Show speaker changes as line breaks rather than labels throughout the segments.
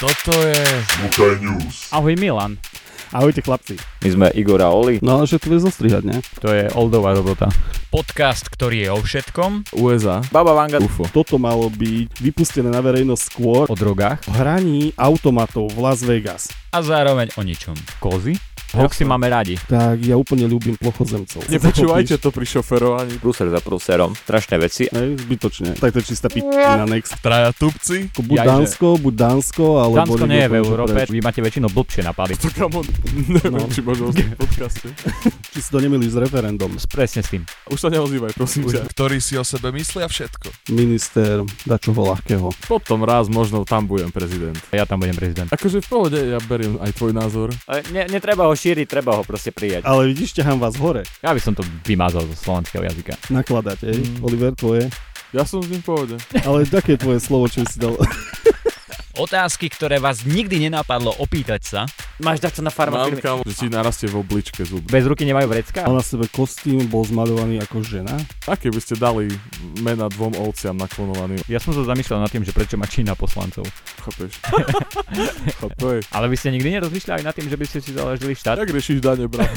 Toto je...
Lukaj News.
Ahoj Milan.
Ahojte chlapci.
My sme Igor a Oli.
No, že tu je zostrihať, ne?
To je oldová robota.
Podcast, ktorý je o všetkom.
USA,
Baba Vanga.
UFO.
Toto malo byť vypustené na verejnosť skôr
O drogách.
o hraní automatov v Las Vegas.
A zároveň o ničom.
Kozy. Hoxy máme radi.
Tak ja úplne ľúbim plochozemcov.
Nepočúvajte to pri šoferovaní.
Prúser za prúserom. Strašné veci.
Hej, zbytočne. Tak to je čistá pičina next.
Traja tupci.
Buď
Jajže.
Dánsko, buď Dánsko, alebo...
Dánsko nie je v
niekde
Európe,
preč.
vy máte väčšinou blbšie napady.
To kamo, neviem,
No.
či môžem ostať v podcaste.
Či si to nemýliš s referendum.
Presne s tým.
Už sa neozývaj, prosím ťa.
Ktorí si o sebe myslia všetko.
Minister dačoho ľahkého.
Potom raz možno tam budem prezident.
Ja tam budem prezident.
Akože v pohode, ja beriem aj tvoj názor.
Ale ne, netreba ho šíriť, treba ho proste prijať.
Ale vidíš, ťahám vás hore.
Ja by som to vymazal zo slovenského jazyka.
Nakladať, hej?
Mm.
Oliver, tvoje.
Ja som s ním v pohode.
Ale také tvoje slovo, čo by si dal.
Otázky, ktoré vás nikdy nenapadlo opýtať sa.
Máš dať to na farma
Mám
firmy.
kamo, že ti narastie v obličke zub.
Bez ruky nemajú vrecka?
Mal na sebe kostým, bol zmaľovaný ako žena.
Aké by ste dali mena dvom ovciam naklonovaným?
Ja som sa zamýšľal nad tým, že prečo má Čína poslancov.
Chápeš? Chápeš?
Ale vy ste nikdy nerozmýšľali nad tým, že by ste si založili štát?
Jak riešiš dane, brat?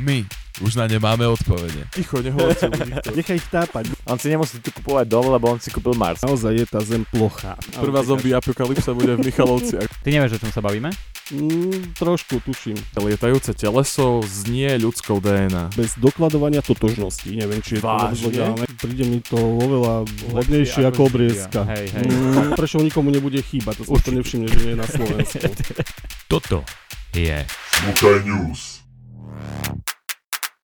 My už na ne máme odpovede.
Ticho, nehovorte mu nikto.
Nechaj ich tápať.
On si nemusí tu kupovať dom, lebo on si kúpil Mars.
Naozaj je tá zem plochá.
Prvá zombie apokalypsa bude v Michalovciach.
Ty nevieš, o čom sa bavíme?
Mm, trošku, tuším.
Lietajúce teleso znie ľudskou DNA.
Bez dokladovania totožnosti. Neviem, či je to
Vážne?
obzvládané. Príde mi to oveľa hodnejšie ako obriezka.
Hej, hej.
Mm, prečo nikomu nebude chýbať? To som to nevšimne, že nie je na Slovensku.
Toto je
Lukaj News.